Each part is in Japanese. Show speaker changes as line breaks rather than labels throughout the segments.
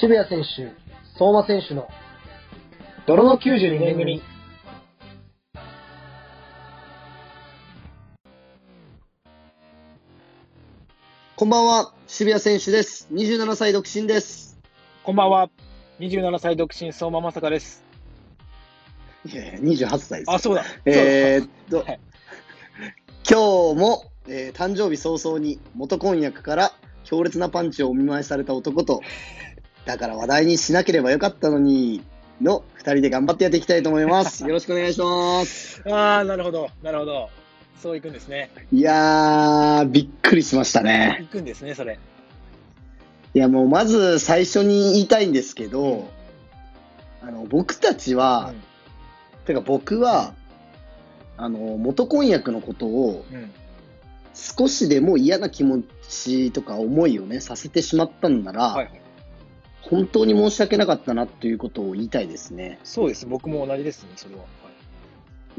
渋谷選手、相馬選手の泥の92年組。
こんばんは、渋谷選手です。27歳独身です。
こんばんは。27歳独身、相馬まさかです。
いやいや28歳です。
あ、そうだ。
えーっと、
はい
今日も、えー誕生日早々に元婚約から強烈なパンチをお見舞いされた男 と、だから話題にしなければよかったのに、の2人で頑張ってやっていきたいと思います。 よろしくお願いします。
そうだああ、なるほど。なるほど。そういくんですね。
いやー、びっくりしましたね。
いくんですね、それ。
いや、もうまず最初に言いたいんですけど、あの僕たちは、てか僕は、あの、元婚約のことを、
うん。うん。
少しでも嫌な気持ちとか思いをね、させてしまったんなら、
はいはい。
本当に申し訳なかったなということを言いたいですね。
そうです。僕も同じですね、それは。はい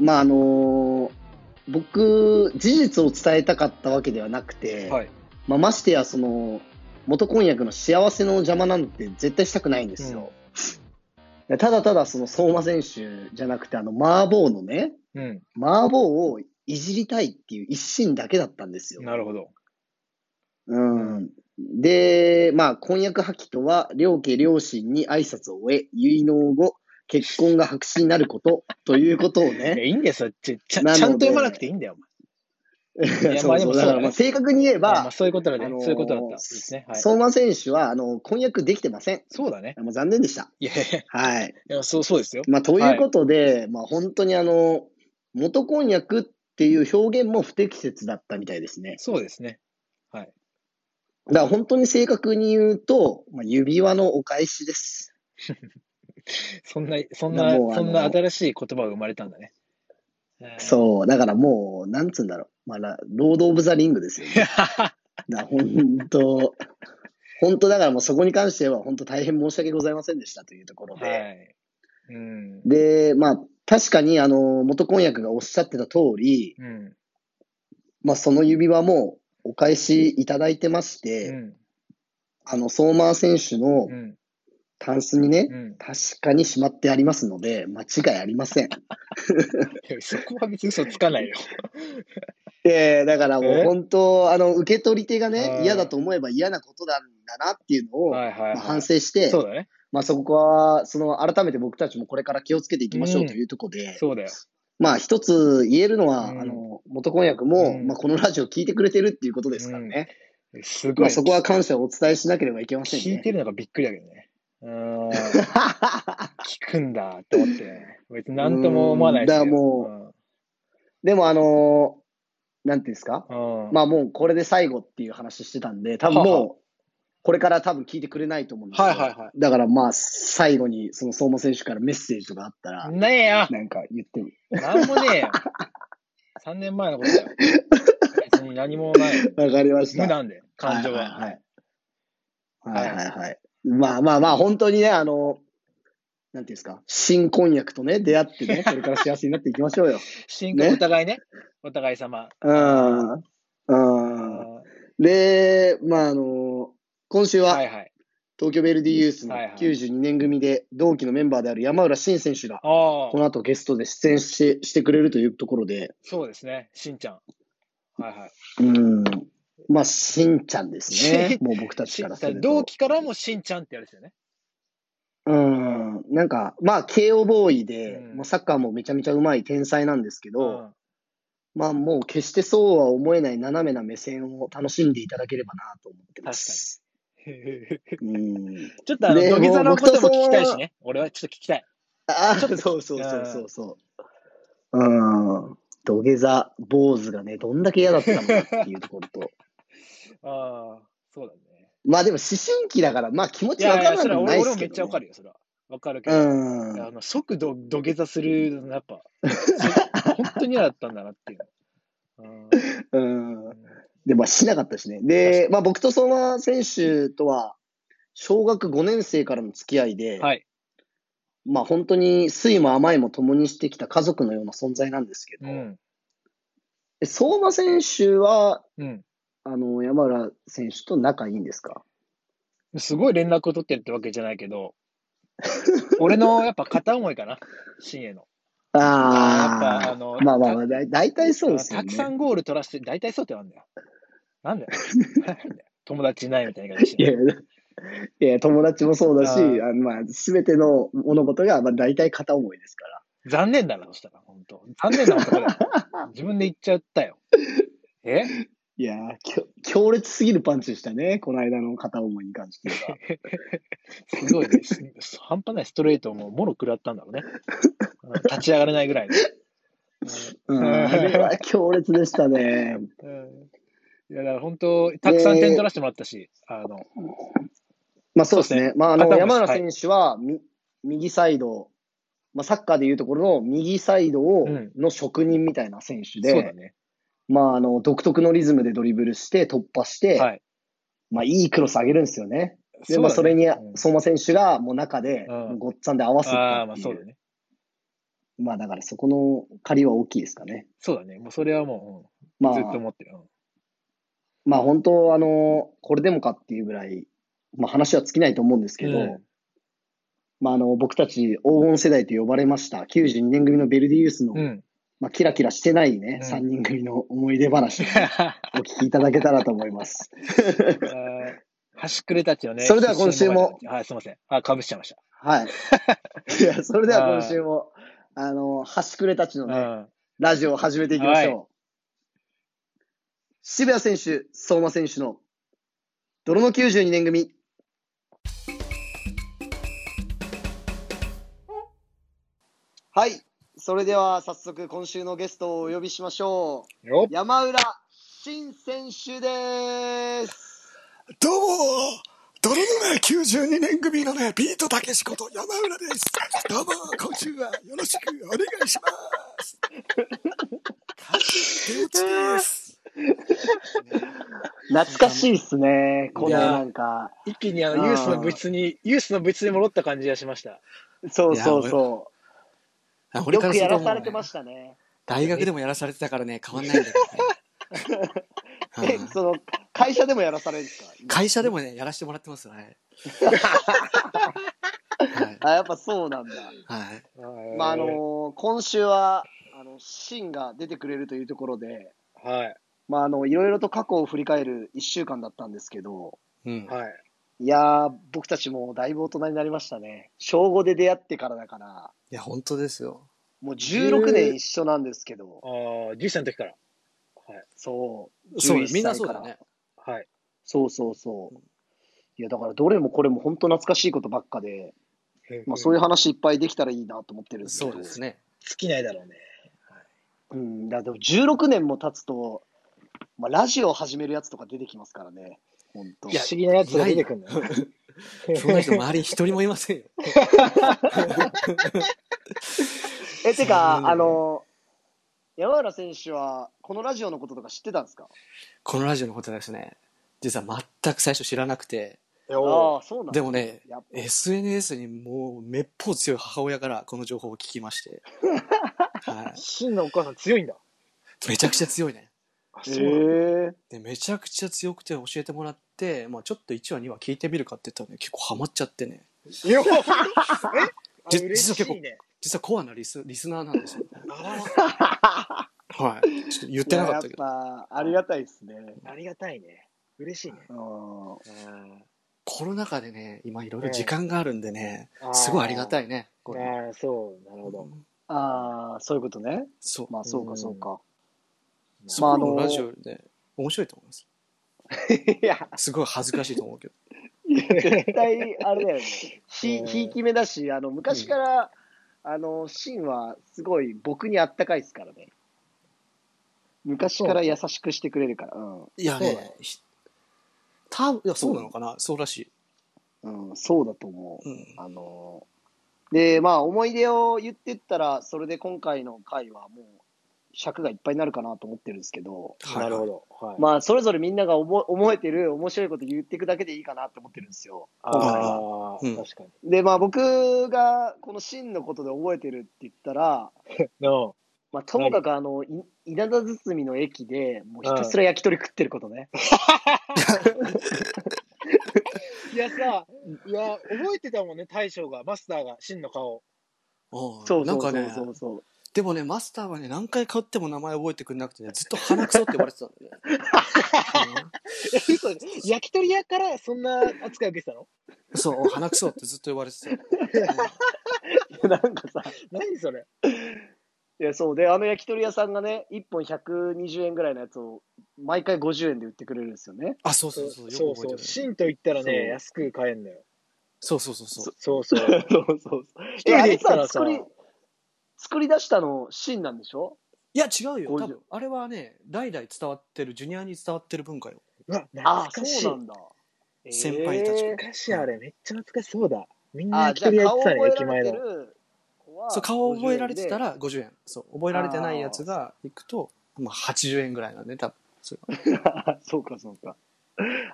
まあ、あのー僕、事実を伝えたかったわけではなくて、
はい。
まあ、ましてや、その、元婚約の幸せの邪魔なんて絶対したくないんですよ。ただただ、その、相馬選手じゃなくて、あの、麻婆のね、
うん。
麻婆をいじりたいっていう一心だけだったんですよ。
なるほど。
うん。で、まあ、婚約破棄とは、両家両親に挨拶を終え、結納後、結婚が白紙になること、ということを
いや
ね。
いいんですよ。ちちゃ
なので
ちゃんと読まなくていいんだよ、
そ
や
う
まあ で
そ
も
う。
そう
だ
だね
から、まあ、正確に言え
お前。まあ
ば
まあ、、そういうことだね。
あのー
そういうことだった。ですね。はい。そ
相馬選手は、あの、婚約できてません。
うだね。
もう残念でした。
いやいやい
はい。
や、そう、そうですよ。
まあ、ということで、まあ、本当にあの、元婚約っていう表現も不適切だったみたいですね。
そうですね。はい。
だから本当に正確に言うと、まあ、指輪のお返しです。
そんな、そん
い
な、
やもうあのー
そんな新しい言葉が生まれたんだね。う。
そう、だからもう、なんつうんだろう。まあ、ラロード・オブ・ザ・リング ですよ、ね。だから本当、本当だからもうそこに関しては、本当大変申し訳ございませんでしたというところで。
はい。うん。
で、まあ、確かに、あの、元婚約がおっしゃってた通り、
うん。
まあ、その指輪もお返しいただいてまして、
うん。
あの、相馬選手の
うん。
タンスにね、
うん。
確かにしまってありますので、間違いありません。
いやそこは別に嘘つかないよ。
で、だからもう
え
本当、あの、受け取り手が
は
ね、
い
嫌だと思えば嫌なことなんだなっていうのを、
はいはい、
まあ
は
反
い。
省して、
そうだね。
まあ、そこはその改めて僕たちもこれから気をつけていきましょうというところで、
そうだよ。
まあ、一つ言えるのは、
うん
あの元婚約も、
うん
まあ、このラジオ聞いてくれてるっていうことですからね、
す
ま
ご
あ、
い。
そこは感謝をお伝えしなければいけません
聞い
ね。
てるのがびっくりだけどね。うーん。聞 くんだって思って、ね。別に何とも思わない
うんだからもでも、あのなんていうんですか、
うん。うん。
まあ、もうこれで最後っていう話してたんで、多分
はあ
もう、これから多分聞いてくれないと思うんですよ
はいはいは
だからまあ、最後にその相馬選手からメッセージとかあったら、
ねえよ
なんか言っても。
何もね えよ !3 年前のことだよ。別に何もない。
わかりました
無。なんで、感情は。
はいはいはい。はいはいはい。まあまあまあ、本当にね、あの、なんていうんですか、新婚約とね、出会って ね、これから幸せになっていきましょうよ。
進行お互いね。お互い様。
うん。うん。で、まああの、今週
は
はい
はい。
東京ベルディユースの
はいはい
92年組で同期のメンバーである山浦新選手が、
あ
こ
あ、
の後ゲストで出演してしてくれるというところで、
そうですね。しんちゃん。はいはい。
うん。まあ、しんちゃんですね。もう僕たち
し
からすると。
同期からもしんちゃんってやるですよね。
うん、なんか、まあ、慶応ボーイで、
うん
もうサッカーもめちゃめちゃうまい天才なんですけ
う
ど、
ん
まあ、もう決してそうは思えない斜めな目線を楽しんでいただければなと思ってます。うん。
ちょっとあの、
ね
土下座のことも聞きたい
もう僕と
し
そ
ね。俺はちょっと聞きたい。
あ、そうそうそうそうそう。うん。土下座、坊主がね、どんだけ嫌だったのかっていうところと。
ああ、そうだね。
まあでも思春期だから、まあ気持
い
ちわ
や
か
い
ら
や、
な
そ
く
れは
もない
俺
で
俺
す
もめ
け
っちゃ
ど、
わかるよ、それは。わかるけ
う
ど。
ん。
あの即ど土下座するのやっ ぱ、そ本当に嫌だったんだなっていう。うん
うん。で、まあ、しなかったしね。で、まあ、僕と相馬選手とは、小学5年生からの付き合いで、
はい。
まあ本当に酸いも甘いも共にしてきた家族のような存在なんですけど、
うん。
え相馬選手は、
うん。
あの、山浦選手と仲いいんですか
すごい連絡を取ってるってわけじゃない けど、俺のやっぱ片思いかな、新への。
あ
やっぱ
あ
あの
まあまあまあ、だい大体そうですよ
た
ね。
くさんゴール取らせて、大体そうってなんだよ。なん だよ。なんだよ友達いないみたいな感じ
いや、いや 友達もそうだし、
あ
あ
ー
のまあ、すべての物事が、まあ、大体片思いですから。
残念だな、そしたら、本当残念 な男だよ。自分で言っちゃったよ。え
いやーきょ強烈すぎるパンチでしたね、この間の片思いに関しては。
すごいね。す半端ないストレートをもうもろ食らったんだろうね。うん立ち上がれないぐらいの。
うん、 あれは強烈でしたね。
うんいや、だから本当、たくさん点取らせてもらったし、あの、
まあそうですね、まあ、あ
片
の
思い
山浦選手は、み右サイド、まあ、サッカーでいうところの右サイドを
うん
の職人みたいな選手
そう
で、
だね。
まあ、あの独特のリズムでドリブルして、突破して、
はい。
まあ、いいクロス上げるんですよね。でまあ、
うだ
そ
ね
れに
うん
相馬選手がもう中で
うん
ごっつぁんで合わせ
あ
た
あ、
っ
まあ
て
そう
い
だ
う、
ね。
まあだからそこの借りは大きいですかね。
そうだね。もうそれはもう、
ま
うん
あ、
ずっと思ってる。うん
まあ本当、あの、これでもかっていうぐらい、まあ話は尽きないと思うんですけど、
うん
まああの、僕たち黄金世代と呼ばれました92年組のベルディユースの、
うん。
まあキラキラしてないね、
うん
3人組の思い出 話をね、
あ
お聞きいただけたらと思います。
ー端くれたちのね。
それでは今週も。
はい、すいません。あ、かぶしちゃいました。
はい。いや、それでは今週も、あの、端くれたちの
う
ね、
ん。
ラジオを始めていきましょう。渋谷選手、相馬選手の泥の92年組。はい。それでは早速今週のゲストをお呼びしましょ
よっ
う。山浦新選手です。
どうも泥沼92年組のね、ビートたけしこと山浦です。どうも、今週はよろしくお願いします。カジケウチです。
懐かしいっすね。こ
い
の
やー
なんか、
一気にあ
あ
の
ー
ユースの部室に、ユースの部室に戻った感じがしました。
そうそうそ
あ
う。
俺
よ
から
く
す
やら
るとも
さ
う
れて
ね
ましたね。
大学でもやらされてたからね、変わんないんだけどね
え、
うん
その、会社でもやらされるんですか
会社でもね、やらせてもらってます よ、はい。はい。
あ、やっぱそうなんだ。
はい。
まあ、あの、今週は、あの、シンが出てくれるというところで、
はい、
まあ、あの、いろいろと過去を振り返る1週間だったんですけど、
うん。
はい。
いやー、僕たちもだいぶ大人になりましたね。小5で出会ってからだから、
いや、本当ですよ。
もう16年一緒なんですけど、
ああ、10歳の時から。
そう。
そう
11、歳
みんなそうだね。
はい。はい。
そうそうそう。いや、だからどれもこれも本当懐かしいことばっかで、まあ、そういうう話いっぱいできたらいいなと思ってるんですけ
そ
ど。
うですね。
尽きないだろうね。
うん、だでも16年も経つと、まあ、ラジオを始めるやつとか出てきますからね、本当。
不思議なやつが出てくるの。
そんな人周りに一人もいませんよ。
え、て
そうなん
か、
だ
あの、山浦選手は、このラジオのこととか知ってたんですか
このラジオのことはですね、実は全く最初知らなくて、
ああ、そうなんだ
でもね、
やっぱ
SNS にもうめっぽう強い母親からこの情報を聞きまして、はい、
真のお母さん強いんだ。
めちゃくちゃ強いね
あ
え
そうなんだ
え
でめちゃくちゃ強くて教えてもらって、まあ、ちょっと1話2話聞いてみるかって言ったらね結構ハマっちゃってね
よっえあ
じ
嬉し
実はい
ね。
実はコアなリスリスナーなんですよ、
あ
はい、ちょっと言ってなかったけど
いややっぱ、ありがたいですね。
らありがたいね。嬉しいね。
うん
コロナ禍でね今いろいろ時間があるんでね、すごいありが
い。
たいね
あ
これ
あ、そう、なるほど。
ああ、そういうことね。
そう、
まあ、そうか、そうか。
そ
まあ
こ
あの
のラジオで面白いと思います
いや、
すごい恥ずかしいと思うけど
絶対、あれ だよね。ひ、
うん
ひいき目だし、あの、昔から、あの、シンは、すごい、僕にあったかいですからね。昔から優しくしてくれるから。
いや
そうだ
ねひ多分いやそうなのかなそうらしい
うん、うん、そうだと思う。
うん
あの、で、まあ、思い出を言ってったら、それで今回の回は、もう、尺がいっぱいになるかなと思ってるんですけど、
はい
なるほど。はい。
まあ、それぞれみんなが思思えてる面白いこと言っていくだけでいいかなって思ってるんですよ。
ああ、
うん
確かに。
で、まあ、僕がこの真のことで覚えてるって言ったら、
の、
まあ、ともかくあの、い稲田堤の駅で、もうひたすら焼き鳥食ってることね。
いやさ、いや、覚えてたもんね、大将が、マスターが、真の顔。
お う
そう
な
そ
ん
うそ
かね
う、そうそう。
でもね、マスターはね、何回買っても名前覚えてくれなくてね、ずっと鼻くそって言われてたんだよ ね。
嘘焼き鳥屋からそんな扱い受けてたの
うんそう、鼻くそってずっと言われてたよ。
いや なんかさ、
何それ
いや、そうで、あの焼き鳥屋さんがね、1本120円ぐらいのやつを、毎回50円で売ってくれるんですよね。
あ、そう
そ
そう
そ
うそうう、
そ
よ
う
く覚えてる。
真と言ったら
そう
ね、安く買えんのよ。
そうそうそうそう。
そうそう。
そうそうそう。
一
え、
人
あ
で
れ
行った
さ、
らさ
作、り、作り出したの、シンなんでしょ
いや、違うよ。
こういう
多分、あれはね、代々伝わってる、ジュニアに伝わってる文化よ。
うわ懐
ああ、
かしい
そうなんだ。
先輩たち
えー懐かしい、あれ。めっちゃ懐かしそうだ。みんな
ああ、
焼き
じゃあ
鳥屋行
顔
ってたね、
覚
駅
え
前
られて
の。
る子は。
そう、顔を覚えられてた
50円
ら50円。そう、覚えられてないやつが行くと、まあ80円ぐらいなんで、多分。そう
で。 あそうか、そうか。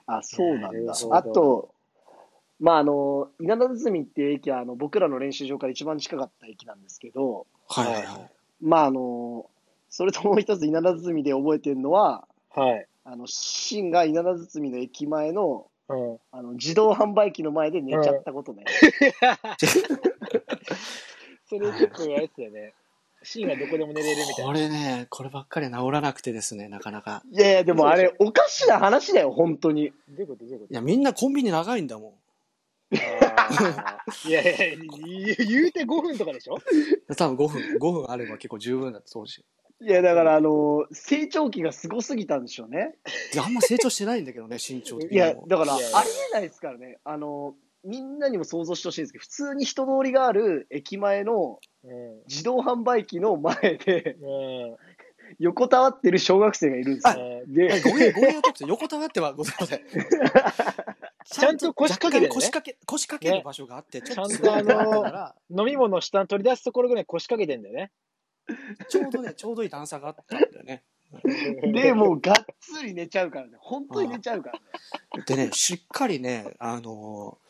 あ、そうな
なんる
だ
ほ。ど
あと、まあ、あの、稲田堤っていう駅は、あの、僕らの練習場から一番近かった駅なんですけど、
はいはいはい。
まああの、それともう一つ稲田堤で覚えてるのは、
はい。
あの、シンが稲田堤の駅前の、
うん。
あの、自動販売機の前で寝ちゃったことね。
それ結構言われてたよ ね。シンはどこでも寝れるみたい
こ
な。
れね、こればっかり治らなくてですね、なかなか。
いやいや、でもあれ、おかしな話だよ、本当に。
どういうことどういうこ
いや、みんなコンビニ長いんだもん。
といやいやいや、言うて5分とかでしょ
多分5分、5分あれば結構十分だった当時。
いや、だから、あの、成長期がすごすぎたんでしょうね。
いやあんま成長してないんだけどね、身長的
い
にも
や、だから、あ
い
り
やいや
えないですからね。あの、みんなにも想像してほしいんですけど、普通に人通りがある駅前の
うん。
自動販売機の前で、
うん。
横たわってる小学生がいるんですよ。
いや
で、
ごめん、ごめんよ、徳さん横たわってはごめんなさ い。
ちゃんと腰掛けてね
若干腰掛け、腰掛ける場所があって、ちょっと
ちゃん
座
とあの
ってたから、
飲み物下に取り出すところぐらい腰掛けてんだよね。
ちょうどね、ちょうどいい段差があったんだよね。
で、もうがっつり寝ちゃうからね。本当に寝ちゃうからね。
でね、しっかりね、あのー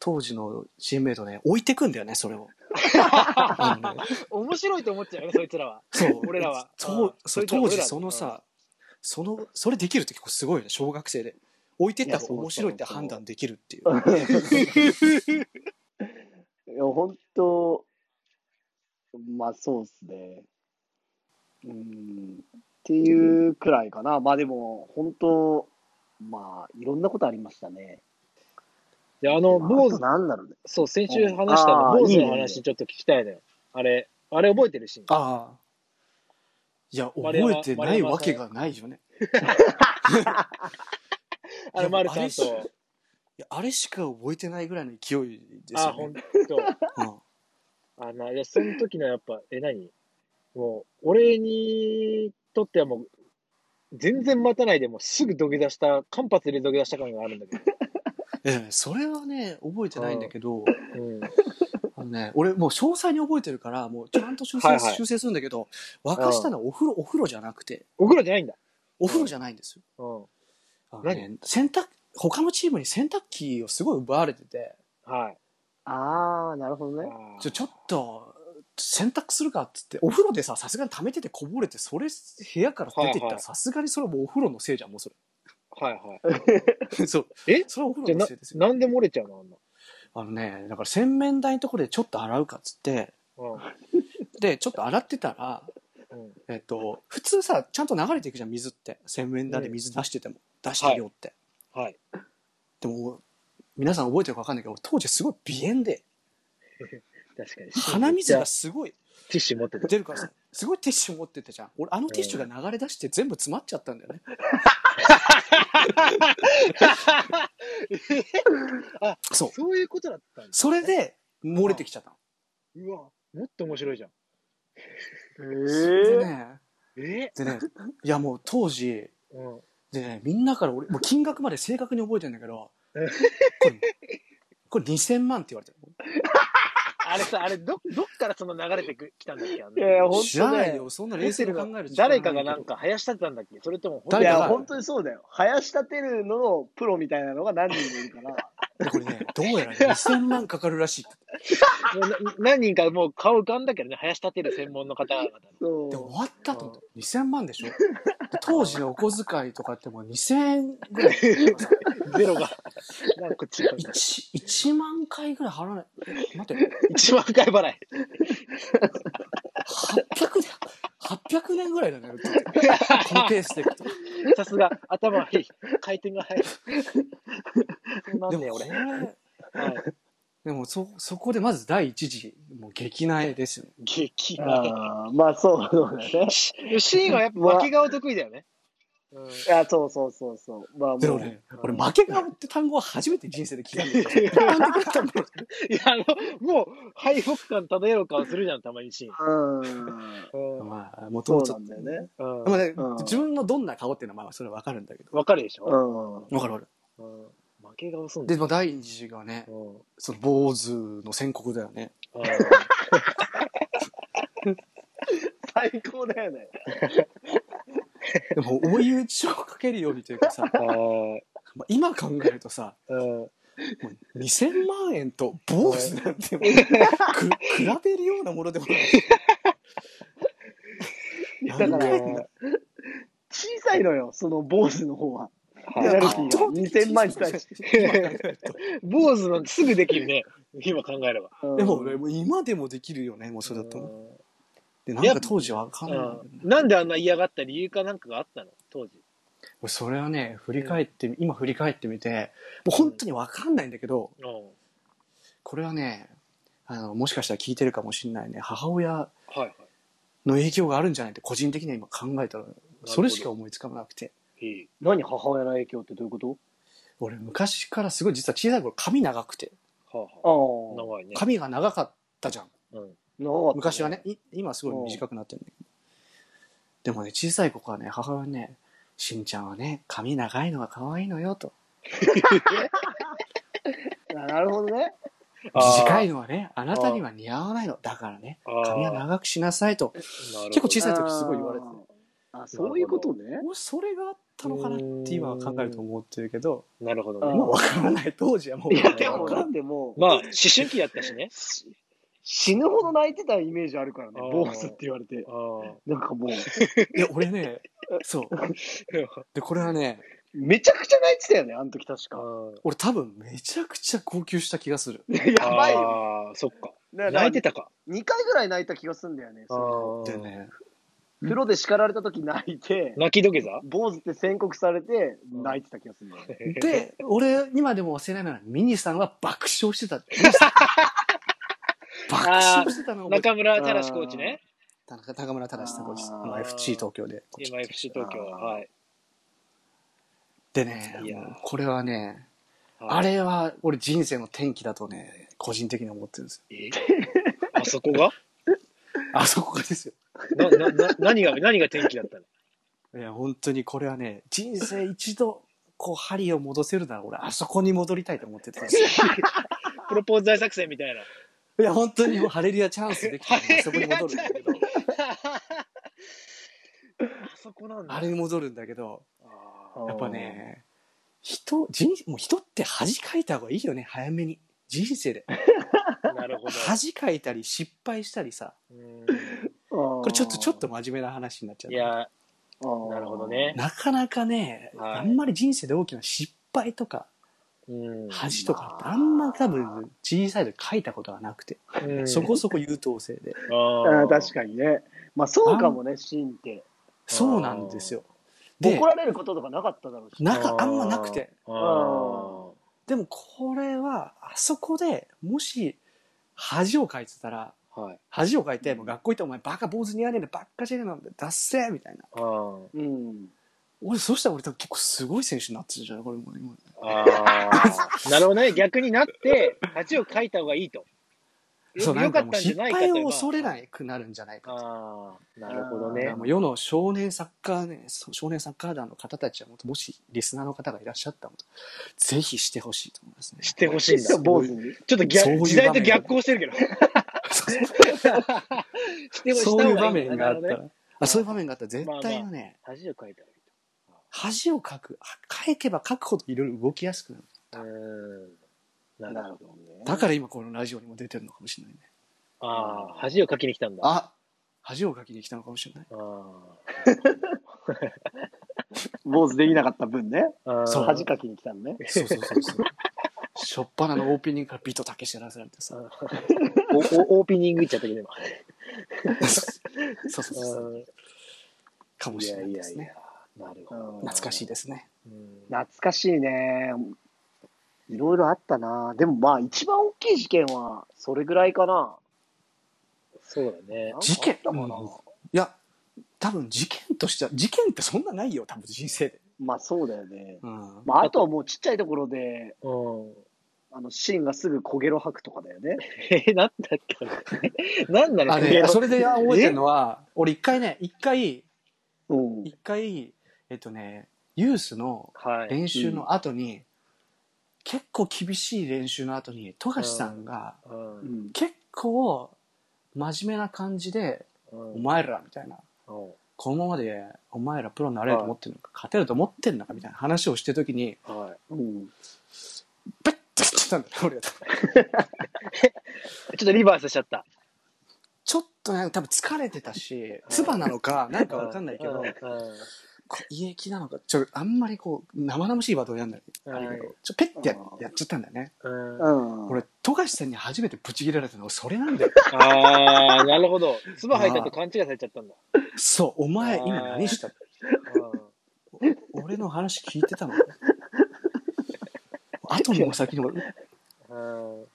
当時のチームメイトね、置いてくんだよね、それ を。あのね
面白いと思っ ちゃうよね、そいつらは。
そう、
俺らは
そう
うんそ
そう
いつら
当
俺ら
時
だ
そのさ、その、それできるって結構すごいよね、小学生で。置いてった
いや
ら
そうそう
面白いって判断できるっていう。
いや、本当、まあそうっすね。うん。っていうくらいかな。まあでも、本当、まあいろんなことありましたね。
で、あの、坊
あ
主
と、なんだろうね。
そう、先週話した
あ
の、
ー
坊主
いい
の
ね
話ちょっと聞きたいのよ。あれ、あれ覚えてるし。
ああ。いや、覚
丸山
えてないわけがないよね。
あれ、丸さん
いやあれ
と。
いやあれしか覚えてないぐらいの勢いです
あ、
よ
ほん
ね。
と。
うん
あの、いや、その時のやっぱ、え、何もう、俺にとってはもう、全然待たないでもうすぐ土下座した、間髪入れ土下座した感があるんだけど。
ええ、それはね、覚えてないんだけど、
うん。
あのね、俺もう詳細に覚えてるから、もうちゃんと修正,、
はいはい
修正するんだけど、沸かしたのはお風呂、お風呂じゃなくて、
お風呂じゃないんだ。
お風呂じゃないんですよ。
うん。
あのね、洗濯、他のチームに洗濯機をすごい奪われてて、
はい。
ああ、なるほどね。
あー
ちょちょっと、洗濯するかっつって、お風呂でさ、さすがに溜めててこぼれて、それ部屋から出てった
はいは
ら、
い
さすがにそれはもうお風呂のせいじゃん、もうそ
はいはい。
れ。そう。
え
それはお風
じゃあ
呂の
な
せいですよ。
なんで漏れちゃうのあんな。
あのね、だから洗面台のところでちょっと洗うかっつって、で、ちょっと洗ってたら、
うん。うん。
えっと、普通さ、ちゃんと流れていくじゃん、水って。洗面台で水出してても、出した量って。
はい。
でも、皆さん覚えてるか分かんないけど、当時すごい鼻炎で、
確かに。
鼻水
め
が
っち
すごい
ゃティッシュ持ってた。
出るからさ、すごいティッシュ持ってたじゃん。俺、あのティッシュが流れ出して全部詰まっちゃったんだよね。
あ、
そう。
そういうことだったんだ。
それで、漏れてきちゃったの。
うわ、もっと面白いじゃん。
で
ええ
ね、
え
でね、いやもう当時、
うん。
でね、みんなから俺、もう金額まで正確に覚えてるんだけど、こ
え
れ、これ2000万って言われてる。
あれさ、あれど、どっからその流れてくきたんだっけあの
いやいや、ほん
知ら
と
ない
ね
よ。そんな冷
ホ
静
テ
に
ル
考え
の
る力
誰かがなん
い
か林立てたんだっけそれとも
い
誰
や、
か
本当にそうだよ。林立てるののプロみたいなのが何人もいるから。
けど。これね、どうやら2000万かかるらしい。
もうな何人かもう顔浮かんだけどね、林立てる専門の方々の。
そう
で、 終わったと思って、2000万でしょで当時のお小遣いとかってもう2000円ぐらい。
ゼ ロが。なんかこっちが
1, 1万回ぐらい払わない。え待って、
一番回払い。
800年、800年ぐらいだね。このペースでいくと。
さすが、頭いい。回転が速い。そうな
で
んね
も、
ん、
こ
俺。
れ
は、い、
でもそ、そこでまず第一次、もう激内ですよね。
激な。
あーまあ、そうそうだね。
シーンはやっぱ負け顔得意だよね。うん、
いや、そうそうそうそう。まあ、
で
もう。
もね、俺、負け顔って単語は初めて人生で聞いたんだけど、一般的だったんだよ
いや、あの、もう、敗北感漂う顔するじゃん、たまにシーン。
うん。
うん
まあ、もと
そ
も
う
と
な。んだよね。
うん
まあね
うん
自分のどんな顔っていうのは、まあ、それはわかるんだけど。
わかるでしょ、
うん。
わかるわかる。
うん、負け顔すんだ
で、まあ、第二次がね
う、んうん
その坊主の宣告だよね。
最高だよね。
でも、追い打ちをかけるようにというかさ、まあ今考えるとさ、
うん
もう2000万円と坊主なんてもう、く比べるようなものでもない。
だから、小さいのよ、その坊主の方は。ペナルティーが2000万に対 して。
して。
坊主なんてすぐできるね。今考えれば。
うん
でも俺、もう今でもできるよね、もうそれだ
う
と。
ん
で、なんか当時わかんない。
うんなんであんな嫌がった理由かなんかがあったの当時。
俺それはね、振り返って、今振り返ってみて、もう本当にわかんないんだけど、
うん
これはね、あの、もしかしたら聞いてるかもしれないね、母親
はいはい。
の影響があるんじゃないって個人的には今考えたら、それしか思いつかなくて。
いい。
何母親の影響ってどういうこ
俺昔からすごい実は小さい頃髪長くて、
はあはあ。
とああ。
長いね。
髪が長かったじゃん。
うん。
長かった
昔はね、い今すごい短くなってるんだけど。でもね、小さい子からね、母親にね、しんちゃんはね、髪長いのが可愛いのよと。
あなるほどね。
短いのはね、あなたには似合わないの。だからね、
あー
髪は長くしなさいと。
結
結構小さい時すごい言われてた
あーあそういうことね。
もしそれがあったのかなって今は考えると思ってるけど、
なるほど
う
ね
ん。
まあわからない。当時はもう。
いや、で
う
も
ん
なんでも、
まあ、思春期やったしね。
し死ぬほど泣いてたイメージあるからね、
あー
坊主って言われて。
ああ。
なんかもう、
いや、俺ね、そう。で、これはね、
めちゃくちゃ泣いてたよね、あの時確か。
俺多分めちゃくちゃ号泣した気がする。
やばいよ。
よ。ああ、そっか。
だから
泣いてたか。
2回ぐらい泣いた気がするんだよね。
あ
そ
あ
でね、
う風呂で叱られた時泣いて、
泣き土下座
坊主って宣告されて、泣いてた気がするんだよね。
で、俺、今でも忘れないのは、ミニさんは爆笑してた。ミニ さん爆笑してたのを覚えて
中村たらしコーチね。
田中高村忠さん、こっち
あー
まあ FC 東京で。
今 FC 東京は。
あー
はい。
でね、
いやー
もうこれはね、
はい
あれは俺人生の転機だとね、個人的に思ってるんですよ。
えあそこが
あそこがですよ。
な、な、な、何が、何が天気だったの
いや、本当にこれはね、人生一度、こう、針を戻せるなら俺、あそこに戻りたいと思ってたん ですよ。
プロポーズ大作戦みたいな。
いや、本当にもうハレリアチャンスできたらあそこに戻るんだけど、
あそこなんだ。
あれに戻るんだけど、
あ
うん
やっぱ。ね、人、人、もう人って恥かいた方がいいよね、早めに。人生で。
ーなるほど。
恥かいたり、失敗したりさ。
うん
こ
これちょっと、ちょっと真面目な話になっちゃう
い
な。
や、
と
なるほど。ね。
なかなかね、
はい
あんまり人生で大きな失敗とか
うん
恥とかってあんま多分小さい時書いたことがなくて、
うん
そこそこ優等生で。
あ
あ
ー
ー
確かにね。まあそうかもね、シーンって。
そうなんですよ。で
怒、られることとかなかっただろうし。
なかあんまなくて。
あー
でもこれは、あそこでもし恥をかいてたら、
はい。
恥をかいて、もう学校行ってお前バカ坊主似合わねえんだ、ばっかじゃねえなんだ、ダッセーみたいな。
あー
うん。
俺、そうしたら俺多分結構すごい選手になってたじゃないこれもう今
あー。なるほどね。逆になって、恥をかいた方がいいと。
そう、な
よ
ん
かっ
かもう
たんじゃ
失
ないか
敗を恐れ
い。
なくなるんじゃないかと。
ああ、なるほど
だか
ね
ら。もう世の少年サッカーね、そう少年サッカー団の方たちはもっと、もしリスナーの方がいらっしゃったら、ぜひしてほしいと思いますね。
してほしいんだ。
坊主に。
ちょっと逆
そういう場面
時代と逆行してるけど。しても
そういう場面があっ
なるほ
た
どね
ら。あそういう場面があったら絶対のね、
恥をかいたら
恥をかく、かえけばかくほどいろいろ動きやすくなる。
いいと。うーん。な
な
る
る
ほ
ほどね。
だから今このラジオにも出てるのかもしれないね。
ど。ああ、恥をかきに来たんだ。あ
あ恥をかきに来たのかもしれない。
あ
坊主できなかった分ね。
ー。
そう
恥かきに来たのね。
そうそうそうそう。しょっぱなのオープニングからビートたけしやらせられてさ。
おおオープニングいっちゃったけど、今。
そう そうそう
うん
かも
い
しれ
や
ない
い
で
や
す
いや
ね。。
なるほど。
懐
懐かしいですね。
うん
懐かしいね。いろいろあったな。でもまあ、一番大きい事件は、それぐらいかな。
そうだね。
事件
なんかあった
うん
か
いや、多分事件としては、事件ってそんなないよ、多分人生で。
な。まあ、そうだよね。
うん。
まあ、あとはもうちっちゃいところで、
うん。
あの、シーンがすぐ焦げろ吐くとかだよね。
え、なんだっけ あれなんだろ
あ
う
れ、
ね。
それで覚えてるのは、俺一回ね、一回、
うん。
一回、えっとね、ユースの
はい。
練習の後に、結構厳しい練習の後に、富樫さんが
う。
うんん。
結構真面目な感じで、
うん
お前らみたいな、
うん
このままでお前らプロになれると思ってるのか、勝てると思ってんのかみたいな話をしてるときに、
は
うん。
ペッて言っちゃったんだよ、俺が。
い。ちょっとリバースしちゃった。
ちょっとね、多分疲れてたし、唾なのか、なんかわかんないけ
う
ど
ん、うん
こう胃液なのか、ちょっとあんまりこう、生々しいワードをやんだ けど、
はい
ちょ、ペッてや
あー
やっちゃったんだよね。
うん
うん。
俺、富樫さんに初めてブチ切れられたの、それなんだよ。
ああ、なるほど。唾吐いたと勘違いされちゃったんだ。
そう、お前、今何した俺の話聞いてた の後にも先にも、
うんうん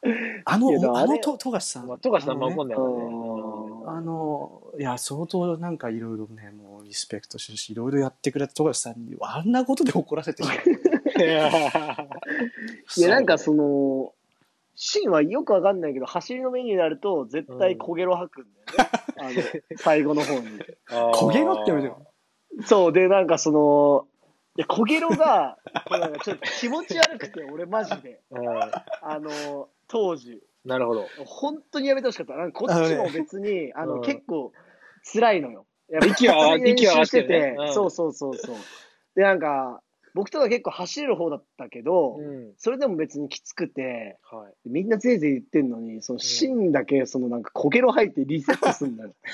あの、
いやだから
あ
あ
の
れ
と富樫さん。
まあ、富樫さんも
あ
怒
のね
んないからね。
あの、いや、相当なんかいろいろね、もうリスペクトしてるし、いろいろやってくれた富樫さんに、あんなことで怒らせてしまう。
いや、なんかその、シーンはよくわかんないけど、走りのメニューになると、絶対焦げろ吐くん だよね。あの、最後の方に。
焦げろって言われてる。
そう、で、なんかその、いや、焦げろが、これなんかちょっと気持ち悪くて、俺マジで。
うん
あの、当時。
なるほど。
本当にやめてほしかった。なんかこっちも別に、あの、
うん
結構、辛いのよ。やっぱ
息は
普通に練習
息は合わ
し
せ
て
てね
て
うん、
そうそうそうそう。で、なんか、僕とか結構走れる方だったけど、
うん。
それでも別にきつくて、
はい。
みんなぜいぜい言ってんのに、そのシーンだけ、そのなんか焦げろ入ってリセットす んだよ。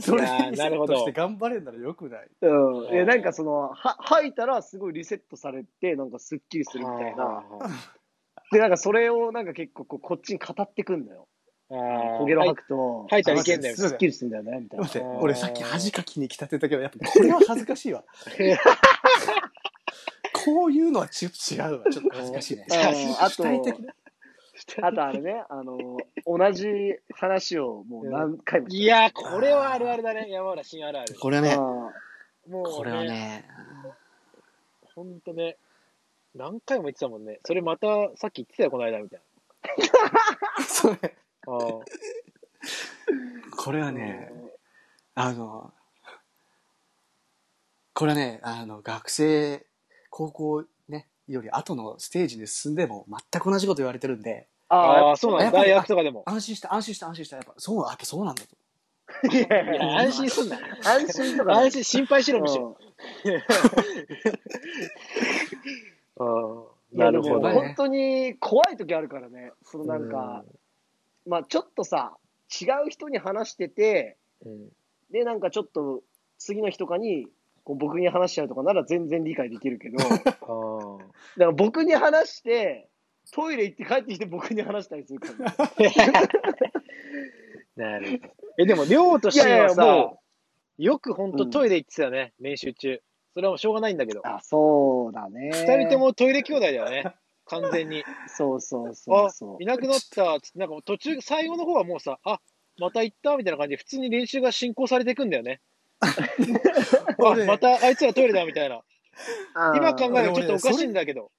それ
いやー
リセ
なるほ
ッ
ど
トして頑張れんならよくない。
うん。いや、なんかその、は、吐いたらすごいリセットされて、なんかスッキリするみたいな。で、なんかそれをなんか結構こうこっちに語ってくんだよ。焦
焦
げろ吐くと、
吐いたらいけんだよ
スッキリするんだよね、みたいな。
待って、
あー
俺さっき恥かきに来たって言ったけど、やっぱこれは恥ずかしいわ。こういうのはちょっと違うわ。ちょっと恥ずかしいね。
うんあと
主体的な
あとあれね、あの、同じ話をもう何回も
い
して
やー、これはあるあるだね。山浦新あるある。
これは
る。
ね、
うん
もう、
これは。ね、
ほんとね。何回も言ってたもんね。それまた、さっき言ってたよ、この間、みたい
それ、
な。あー
これはね、あの、これはね、あの、学生、高校ね、より後のステージで進んでも全く同じこと言われてるんで、
あ
あ
あ、
ー、そうな んだ。
やっぱ
大
り
学とかでも。
安心した、安心した、安心した。やっぱ、そう、やっぱそうなんだと。
いや
い
い
や、
や
安心すんな。
安心とかね
安心、心配しろ、むしろ。
うんいや
な
で
る
も
ほど。
本当に怖い時あるからね。そのなんか、まあちょっとさ、違う人に話してて、
うん、
で、なんかちょっと次の日とかに、こう僕に話しちゃうとかなら全然理解できる けど、だか
あー
ら僕に話して、トイレ行って帰ってきて僕に話したりするから、ね。
なるほど。え、でも、亮と
い
シ
やい
ーン
や
はさ
も、
よく本当
うん
トイレ行ってたよね、練習中。それはもうしょうがないんだけど。
あ、そうだね。
二人ともトイレ兄弟だよね。完全に。
そうそうそ
あ
うそ、う。
いなくなったっつって、なんか途中、最後の方はもうさ、あ、また行ったみたいな感じで、普通に練習が進行されていくんだよね。 あ、またあいつらトイレだみたいな。今考えるとちょっとおかしいんだけど。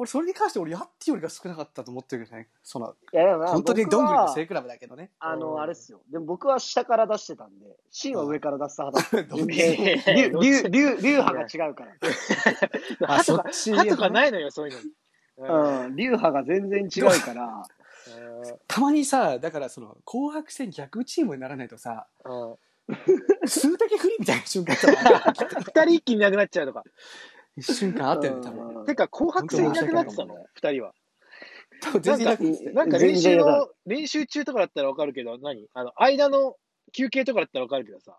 俺、それに関して俺、やってよりが少なかったと思ってるけどね。その、
いやでもな
本当にどんぐりの
僕
背
は
比べだけどね。
あの、あれっすよ。でも僕は下から出してたんで、シンは上から出す派 だった。
どっち
えー
いや
流流流流派が違うから。
あ、そっち
歯とかないのよ、そういうの
う
に。
ん、流派が全然違うから、
たまにさ、だからその、紅白戦逆チームにならないとさ、
うん
数的不利みたいな瞬間さ
二人一気になくなっちゃうとか。
一瞬間あったよね、多分。
てか、紅白戦いなくなってたの
本
二人は。
多分全然なくて。
なんか練
全
習
然いなくな
の、練習中とかだったらわかるけど、何あの、間の休憩とかだったらわかるけどさ、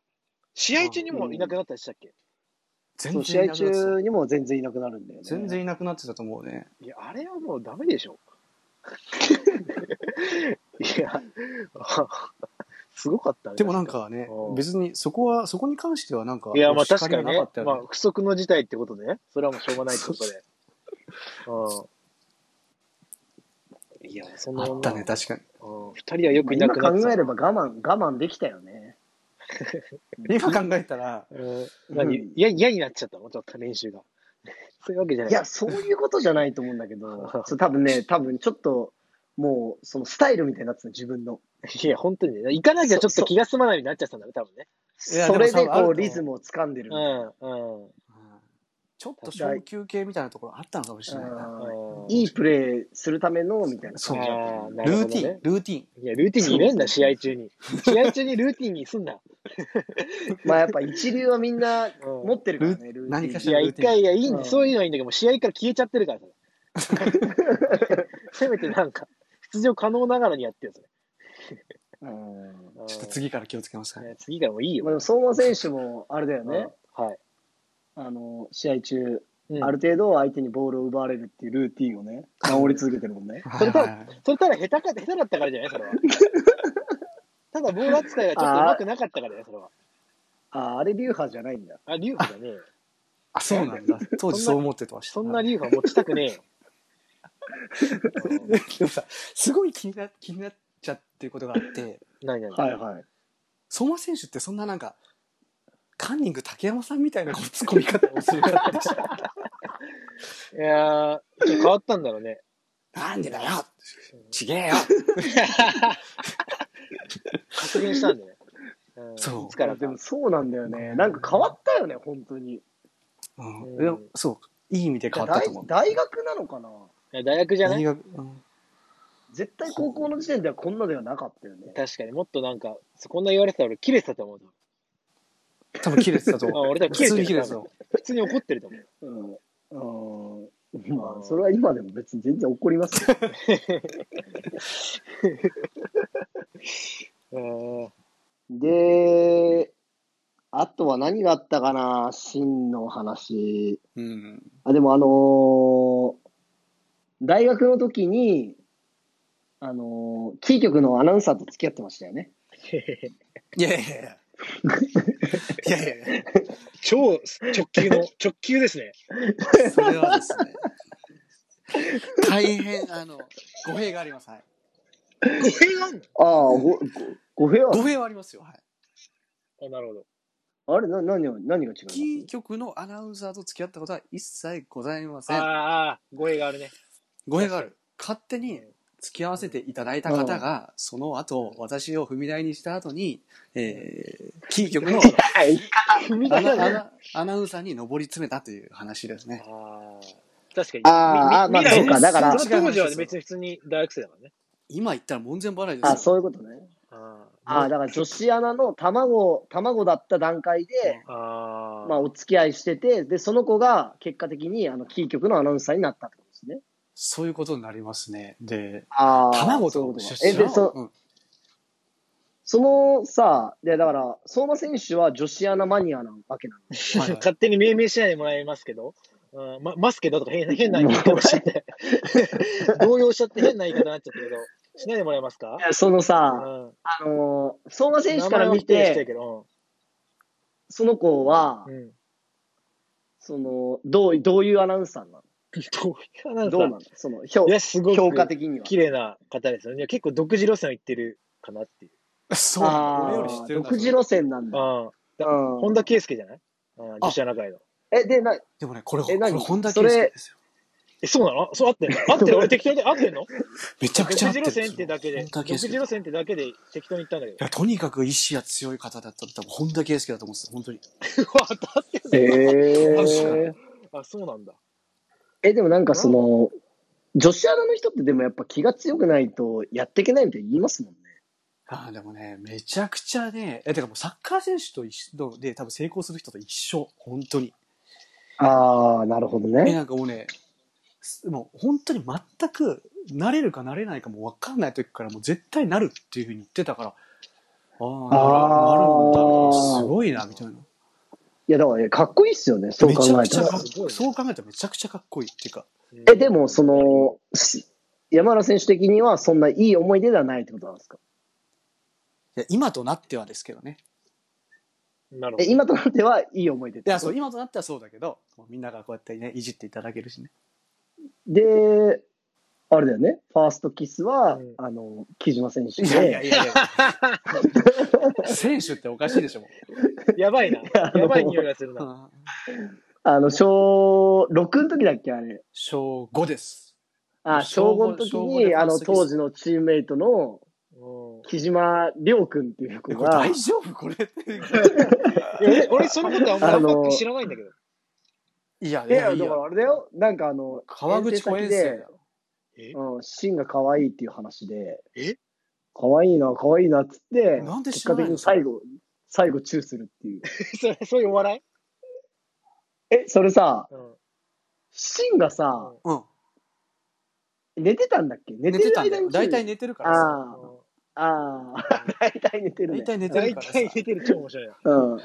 試合中にもいなくなったりしたっけ、
そ
全
う試
然い
合
なくなってた
中にも全然いなくなるんだよね。
全然いなくなってたと思うね。
いや、あれはもうダメでし ょ。いや、 すごかったね。
でもなんかね
う、ん
別にそこは、そこに関してはなんか、
確かに。いや、まあ
お
確
叱り
か
は
に
な
ね。
かった
ま
よ
あ、不足の事態ってことでね。それはもうしょうがないってことで。うん。いや、そんな
あったね、確かに。
うん二人はよ
まあ
くいな
今
くなって
考
た
えれば我慢、我慢できたよね。
今考えたら、
うん何嫌嫌になっちゃったのちょっと練習が。 そういうわけじゃな
い
い。
や、そういうことじゃないと思うんだけど、そう多分ね、多分ちょっと、もう、そのスタイルみたいになってた、自分の。
いや、本当にね。行かなきゃちょっと気が済まないようになっちゃったんだね、多分ね。
いや
それ
で
で
も多分
こと
ある
う、
思う
リズムを掴んでる。
うん、うん。
ちょっと小休憩みたいなところあったのかもしれないな。
うん
いいプレーするための、みたいな。
そう
あーな
ル
るほ
ー
ど
ティン
ね、。
ルーティン。
いや、ルーティンに入れんな、試合中 に。試合中にルーティンにすんな。
まあやっぱ一流はみんな
うん
持ってるからね、
ル
ルーティン
ー何かし
い
ら
や、
ル
一
ーティン
回、いや、いいん
う
だ、
ん
そういうのはいいんだけど、もう試合から消えちゃってるからさ。 せめてなんか、出場可能ながらにやってよ、それ。
うん
うん
ちょっと次から気をつけますから
ね次からもういいよ。
まあ、でも相馬選手もあれだよね、
うんはい。
あの試合中、
うん
ある程度相手にボールを奪われるっていうルーティンをね、守り続けてるもんね。
それ多分
はいはいはい
それただ下手か、下手だったからじゃないそ れは。ただボール扱いがちょっと上手くなかったからだよ、それは。
ああれ、流派じゃないんだ。
あ、流派だね。
あ、 そうなん だ。当時そう思ってました。
そんな流派持ちたくねえよ。
でもさ、すごい気にな気になっちゃってることがあって、
何何
はいはい。
相馬選手ってそんななんか、カンニング竹山さんみたいなこう突っ込み方をするからでした。
いやー、ちょっと変わったんだろうね。
なんでだよちげえよ
発言したんだね。ん
そう
いつからか
でもそうなんだよね。なんか変わったよね、本当に。
うんでもそう、いい意味で変わったと思う。
大大学なのかない
や大学じゃない
大学、うん
絶対高校の時点ではこんなではなかったよね。
確かにもっとなんか、そこんな言われてたら俺、切れてたと思う。
多分切れてたと
あ
思う。
俺多分切
普
れて
通に切
る
れてたと思
普通に怒ってると思う。
うん。うん。まあ、それは今でも別に全然怒りますよ。
うん
で、あとは何があったかな真の話。
う。うん。
あ、でもあのー大学の時に、あのーキー局のアナウンサーと付き合ってましたよね。
いやいやいや。いやいやい
超直球の、直球ですね。
や、それはですね。大変、あの、語弊があります。はい。
語弊があんの
ああ、ご、ご、ご部屋
語弊はありますよ。はい。
あなるほど。
あれな、何を、何が違う
キー局のアナウンサーと付き合ったことは一切ございません。
ああ、語弊があるね。
語弊がある。勝手に付き合わせていただいた方が、その後、私を踏み台にした後に、えー、キー局の
踏み
ア
出さ
ナ
な
ア
い。
ナアナウンサーに上り詰めたという話ですね。
あー確かに。
あーあーま
みみ
あ
未来
そうかだから
その当時は別に普通に大学生だからね。
今言ったら門前払いですよ。
あ、そういうことね。
あー
ああ、だから女子アナの卵、卵だった段階で、
あー、
まあ、お付き合いしてて、で、その子が結果的に、あの、キー局のアナウンサーになったってことですね。
そういうことになりますね。で、
あ
卵
そうい
と
うことか
出
え、で、
社
そ、
うん
そのさ、で、だから、相馬選手は女子アナマニアなわけなの。
はいはい
勝手に命名しないでもらいますけど、うんま、ますけどとか変な変な言い方しちゃって、動揺しちゃって変な言い方になっちゃったけど、しないでもらえますか
いやその
う
さ、
ん。
あのー相馬選手
名
から
前は
見
否定してる
て、
けど、
その子は
う、ん。うん
その、どう、どういうアナウンサーな
どうな
の
ん
どうなのその、評
いや、すごく
評価的には。
綺麗な方ですよね。結構独自路線を行ってるかなっていう。
そう
あ
俺より知っ
あ、
てるんだ
独自路線なんだ。
ああ、
うん
本田圭佑じゃないうん女子アナ会の。
え、で、な、
でもね、これ、こ
え
れ
何
本田圭
それ
佑ですよ。
え、そうなのそう、合ってる合ってる俺適当に合 ってんの
めちゃく
独
ちゃ合っ
自
てるん
路線っ
ですよ
てだけで、
本田
独
圭
自
佑。い
路線ってだけで適当に言ったんだけど。
や、とにかく意志が強い方だったら多分、本田圭佑だと思うんですよ、本当に。
わ当たってんだ
え
あ、そうなんだ。
え、でもなんかその、女子アナの人ってでもやっぱ気が強くないとやっていけないみたいに言いますもんね。
ああ、でもね、めちゃくちゃね、え、てかもうサッカー選手と一緒で、多分成功する人と一緒、本当に。
ああ、なるほど
え、
ね。
なんかもうね、すもう本当に全く、慣れるか慣れないかも分かんない時から、もう絶対なるっていうふうに言ってたから、ああ、なる
あー
なるんだな、すごいな、みたいな。
いや、だからね、かっこいいっすよね、そう
め
考
ちゃく
え
ち
た
ゃ
ら
か。っこいいそう考えたらめちゃくちゃかっこいいっていうか、
え、でも、その、し山田選手的にはそんないい思い出ではないってことなんですか
いや今となってはですけどね。
なるほ
え、
ど。
今となってはいい思い出っ
い
てこ
や、
と
そう、今となってはそうだけど、もうみんながこうやってね、いじっていただけるしね。
で、あれだよね、ファーストキスは、
うん
あの、木島選手
いやいや
で、
いやい や選手っておかしいでしょ、も
やばいな。
あの
やばい匂いがするな。
う。
あの、小6の時だっけ、あれ。
小5です。
あ、小5の時
小五で
に、
ファ
あ
ース
の、
トキス
当時のチームメイトの
うん
木島亮君っていう子
えこれ
が
大、丈夫これって。
いや俺、俺そのことはあんま
あの
り知らないんだけど。
いやい
いやいや、
やい
だ
や
か。らあれだよ、なんかあの、
川口湖遠征だよ。
え
うん、シンが可愛いっていう話で、
え
可愛いな、可愛いなっつって、
なんで
結
知ら
果
ない
的
の
に最後、最後チューするっていう。
それ、そういうお笑い
え、それさ、
うん。
シンがさ、
うん。
寝てたんだっけ寝
寝
て
て
る
たん
間
だよ。
に
大
寝て
体寝てるからさ。
ああ、ああ、 大体寝てるね。
大体寝て
大
るからさ。
体出てる超面白いな。
うん、あ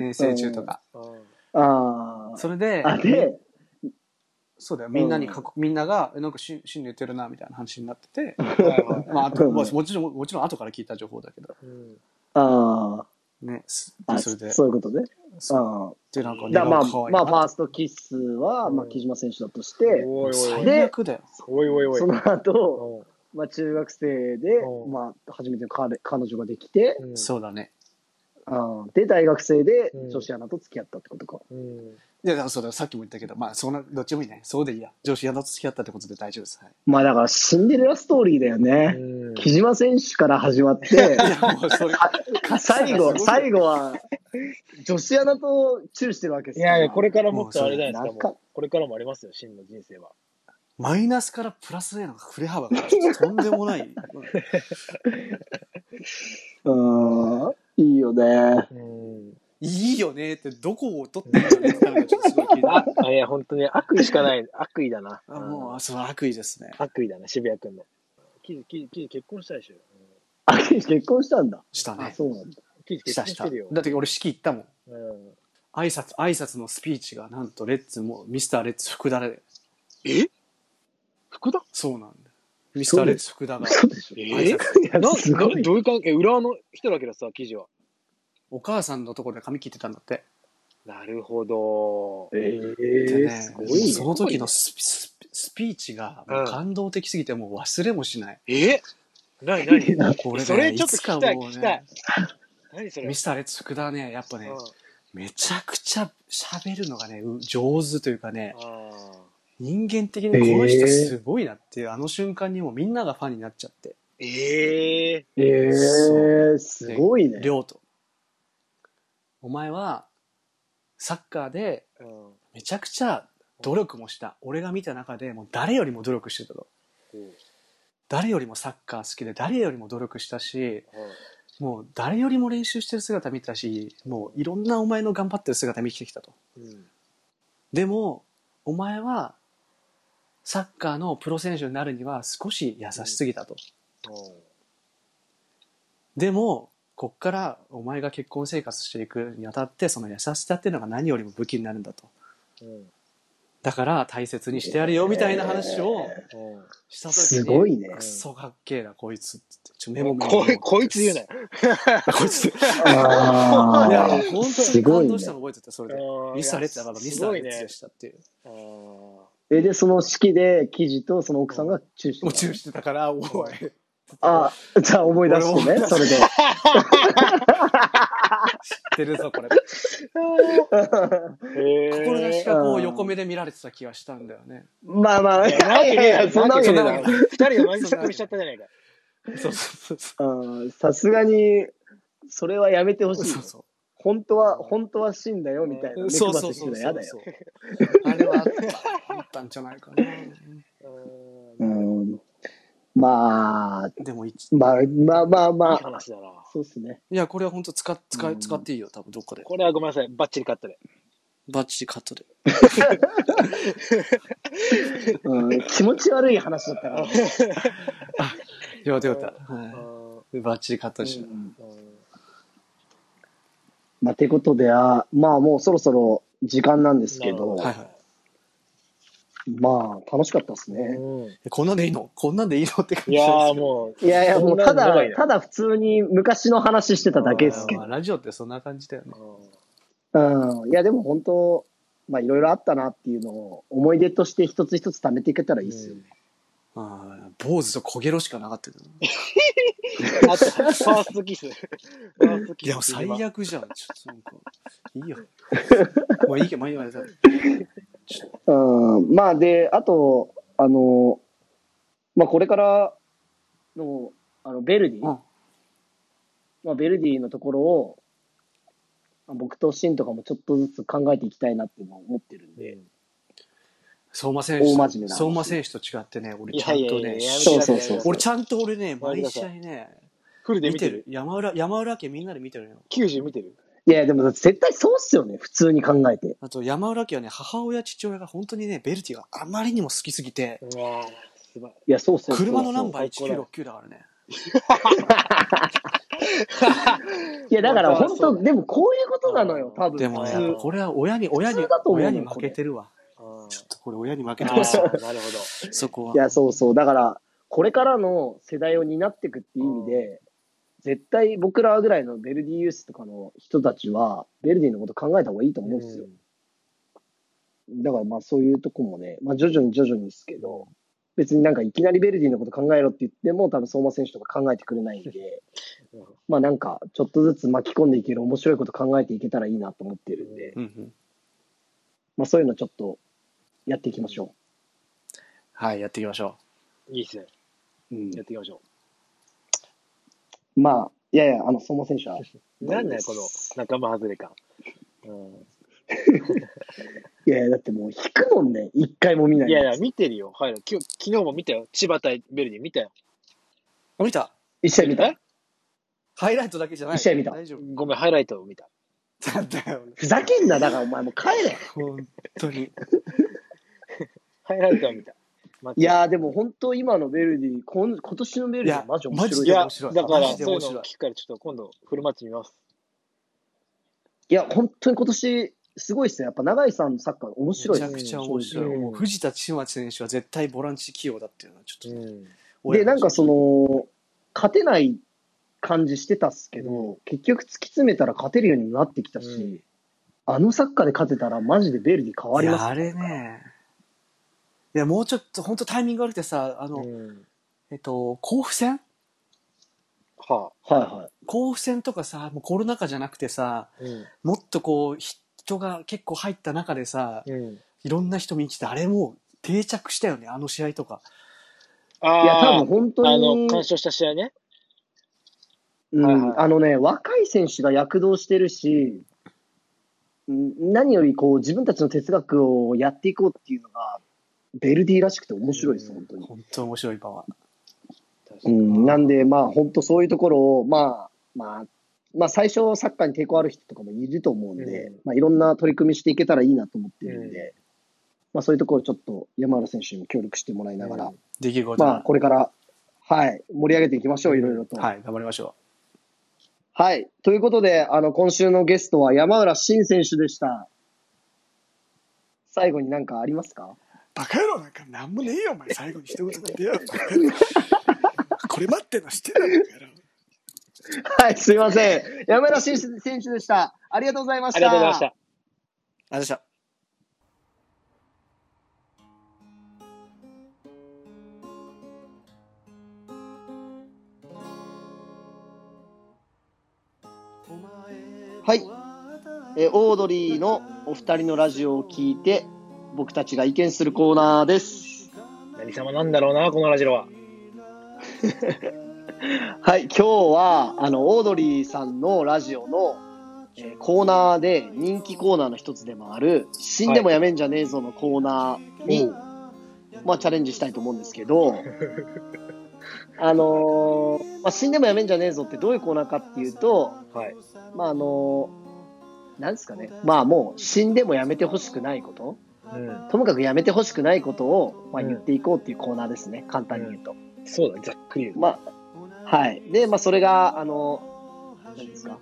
遠 征中とか。
うん
あ。
それで、
あ、で、
そうだよ。みんなに囲、みんなが、えなんかし、しん寝てるな、みたいな話になってて。
うんはいはい
まあ、あと、
うん
まあもちろん、もちろん後から聞いた情報だけど。
うん
あ
ね。す
あ、
それで、
そういうことね。
そ
あ
で、なんか
あ。
ね、
だからまあ、
可愛い
まあ、
な
ファーストキスは、まあ、木島選手だとして、
おいおい
最悪だよ。
おい。おいおいおい。
その後、
うん
まあ、中学生で、
うん
まあ、初めての彼彼女ができて、
うん
そうだね。
あーで、大学生で
うん
女子アナと付き合ったってことか。
うん
いや、だからそうだよ。さっきも言ったけど、まあ、そんな、どっちでもいいね。そうでいいや。上司やだと付き合ったってことで大丈夫です。はい。
まあ、だからシンデレラストーリーだよね。
うん
木島選手から始ま って、
いや、もうそれ、
最
すご
後、
い
最後は、女子アナとチューしてるわけです
い
よ
やいや、これからもっとあれじゃない
な
です
んか
か。もう、これからもありますよ、真の人生は。
マイナスからプラスへの振れ幅がとんでもない。
うーん、いいよね。
うん。
いいよねって、どこを取ってるのかってちょっとすごい気になる。
あいや、本当に悪意しかない。悪意だな。
あもう、その悪意ですね。
悪意だな、渋谷君の。キジ、キジ、キジ結婚したでしょ。うん
あ、結婚したんだ。
した
あ、
ね。
そうなんだ。
キジ
し
結
た
婚
し。
したてるよ。
だって俺式行ったもん。
うん。
挨拶、挨拶のスピーチが、なんとレッツも、ミスターレッツ福田で。
え福田
そうなんだよ。ミスターレッツ福田が。
そうでしょ。
挨
え
拶
い や、すご。
ないどういう関係裏の人だけどさ、記事は。
お母さんのところで髪切ってたんだって。
なるほど。
え
で
ー、
ね
す、
も
ご
う
いね。
その時のスピスピスピーチがもう感動的すぎてもう忘れもしない。
えな になに
な
これね
それちょっと
いつ
聞
か
きたい、
もう
聞きた
ね
い、。何それ
ミスターレッツ福田ね、やっぱね、
うん
めちゃくちゃ喋るのがね、う上手というかね、
あ
人間的にこの人すごいなっていう、あの瞬間にもうみんながファンになっちゃって、
ーええ
えー、すごいね。
亮と。お前は、サッカーで
うん
めちゃくちゃ努力もした。俺が見た中でもう誰よりも努力してたと。誰よりもサッカー好きで、誰よりも努力したし、もう誰よりも練習してる姿見てたし、もういろんなお前の頑張ってる姿見てきたと。
うん
でも、お前は、サッカーのプロ選手になるには少し優しすぎたと。でも、こっからお前が結婚生活していくにあたって、その優しさっていうのが何よりも武器になるんだと。
うん
だから大切にしてやるよ、みたいな話を
うん
した時に、
すごいね。
クソかっけえな、こいつって。ちょメ
で
モ
も
メモ
こいこいつ言うなよ。
こ いつ。い
あ
や、
ー
本当
す
に
ごい
感
ね
動したの覚えてた、それで。
うん
ミスターレッツだ
い
か
や
らミス
す
ター
ご
レ
い
ッツ
ね
で。したっていう。
あー
え、で、その式で、記事とその奥さんがチューしてた
もうチューしてたから、おい。
あ、じゃあ思い出してね、それで。
出る ぞ、これ。
えー
志がこう横目で見られてた気がしたんだよね。
まあまあ、い
いやなわ
や
け
い
ねえ
やいや、
だろ
そんなわけねえだろ
二人が同じツッコミしちゃったじゃないか。
そうそうそ
うんさすがに、それはやめてほ
う。
しい
そ
よ
う。そう。
本当は、本当は死んだよ、みたいな。目
そう
配
そ
せ
う
して
そう
たら
そ
や
う
だよ。
そう。あれはあったあったんじゃないかな。
うん
まあ、
でもいい
まあまあまあま
いい
あ、
話だな。
そうっすね。
いやこれは本当使っ使い使っていいよ多分どっかで
これはごめんなさい。バッチリカットで。
バッチリカットで
うん、気持ち悪い話だった から。
よかったよかった、
あ
は
ー
い、バッチリカットでした、
まあ、てことで、あまあもうそろそろ時間なんですけど、
はいはい
まあ楽しかったですね。
うん
えこんなんでいいのこんなんでいいのって感じ
いや
です
ーもう。
いやいや、もうた
そんな
だ
のやばい、な
ただ普通に昔の話してただけですけ
まあラジオってそんな感じだよね
ど。うん。いや、でも本当、まあいろいろあったなっていうのを思い出として一つ一つ貯めていけたらいいですよね。
あー坊主と焦げろしかなかったけど
あと、ファーストキス。ファーストキ
い
ス。
や、もう最悪じゃん。ちょっとなんか、いいよ。まあいいけど、まあいいよ。
うん。まあで、あと、あの、まあこれからの、あの、ベルディ、
うん
まあベルディのところを、まあ僕とシンとかもちょっとずつ考えていきたいなっていうのを思ってるんで。
相馬選手と
大真面目な話
相馬選手と違ってね、俺
い
ちゃ
や
ん
いや
と
いややめ、
ね
てください、
そうそうそう
俺ちゃんと俺ね、
ごめん
毎
なさい
試合ね、
フルで
見
見
て
て
る
る。。
山浦、山浦家みんなで見てるのよ。
90見てる。
いやいや、でも絶対そうっすよね。普通に考えて。
あと山浦家はね、母親、父親が本当にね、ベルティがあまりにも好きすぎて、
うわーすば
いや、そうっすよ
車のナンバー
そうそうそう
1969だからね。
いや、だから本
そう
当、
だね
でもこういうことなのよ、多分。
でもね、
普
や
通
っぱこれは親に、親に
普通だと、思うよ
親に負けてるわ。
うん
ちょっとこれ親に負け
あ
て ますよ、
ーなるほど。
そこ
い
は。
や、そうそう。だから、これからの世代を担っていくっていう意味で、絶対僕らぐらいのベルディユースとかの人たちは、ベルディのこと考えた方がいいと思うんですよ。だからまあそういうとこもね、まあ徐々に徐々にですけど、別になんかいきなりベルディのこと考えろって言っても、多分相馬選手とか考えてくれないん で、まあなんかちょっとずつ巻き込んでいける面白いこと考えていけたらいいなと思ってるんで、
うんうん。
まあそういうのちょっとやっていきましょ
はい、やっていきましょ
いいっすね。
う。うん
やっていきましょ
まあ、いやいや、あの、相馬選手は。
う。 なんだよ、この仲間外れ感。うん
いやいや、だってもう引くもんね、一回も見ない。
いやいや、見てるよ。はい。きょ昨日も見たよ。千葉対ベルディ見たよ。
う。あ見た
一試合見た
え
ハイライトだけじゃない。
一試合見た
大丈夫。
ごめん、ハイライトを見た。
なんだよ。
ふざけんな、だからお前もう帰れ。
本当に。
ハイライトを見た。
いやー、でも本当今のベルディ、こん今年のベルディ、マジ面白い
い
い
や
や、
面白い
だか
マ
ら、
ジで
そうい
面
う
白い
のを聞くから、ちょっと今度、フルマッチ見ます。
いや、本当に今年、すごいっすね。やっぱ永井さんのサッカー面白
め
い
ち
で
ゃ
す
くちゃ面白い。
うん
もう藤田千町選手は絶対ボランチ起用だっていうのはちょっと、
ん。
俺
で、
ら
なんか
話
その、勝てない感じしてたっすけど、結局突き詰めたら勝てるようにもなってきたし、
うん
あのサッカーで勝てたらマジでベルディ変わ
い
りま
や、
す。
あれね。いや、もうちょっと、本当タイミング悪くてさ、あの、
うん
えっと、甲府戦
は
はいは
甲府戦とかさ、もうコロナ禍じゃなくてさ、
あ。うん。
もっとこう、人が結構入った中でさ、
うん。
いろんな人見に来て、あれもう定着したよね、あの試合とか。
あ
い。いや、多分
ー
本当に、
あ
あ
の、
の
干渉した試合ね。
うん
はいはい
あのね、若い選手が躍動してるし、うん何よりこう自分たちの哲学をやっていこうっていうのが、ベルディらしくて面白いです、
うん
本当に。
本当面白い、今は。
確か
う
に
ん、なんで、まあ、本当そういうところを、まあ、まあ、まあ、最初、サッカーに抵抗ある人とかもいると思うんで、
うん
まあ、いろんな取り組みしていけたらいいなと思ってるんで、まあ、そういうところ、ちょっと山原選手にも協力してもらいながら、
うん
できること
まあ、
は、
これから、はい、盛り上げていきましょう、いろいろと。
はい、頑張りましょ
はい。ということで、あの、今週のゲストは山浦新選手でした。最後になんかありますか
バカ野郎なんかなんもねえよ、お前。最後に一言なんてよ。バカ野郎これ待ってんの知ってたのバカ野郎
はい、すいません。山浦新選手でした。ありがとうございました。
ありがとうございました。
う。ありがとうございました。
はい。えーオードリーのお二人のラジオを聞いて、僕たちが意見するコーナーです。
何様なんだろうな、このラジオは。
はい、今日は、あの、オードリーさんのラジオの、えーコーナーで、人気コーナーの一つでもある、死んでもやめんじゃねえぞのコーナーに、まあ、チャレンジしたいと思うんですけど、 あのーまあ、死んでもやめんじゃねえぞってどういうコーナーかっていうと、
はい。
まああのーなんですかね、まあもう死んでもやめてほしくないこと、
うん。
ともかくやめてほしくないことを、まあ、
うん
言っていこうっていうコーナーですね、簡単に言うと。
そうだね、ざっくり言うと。
まあ、はい。で、まあそれが、あのー、なんですか、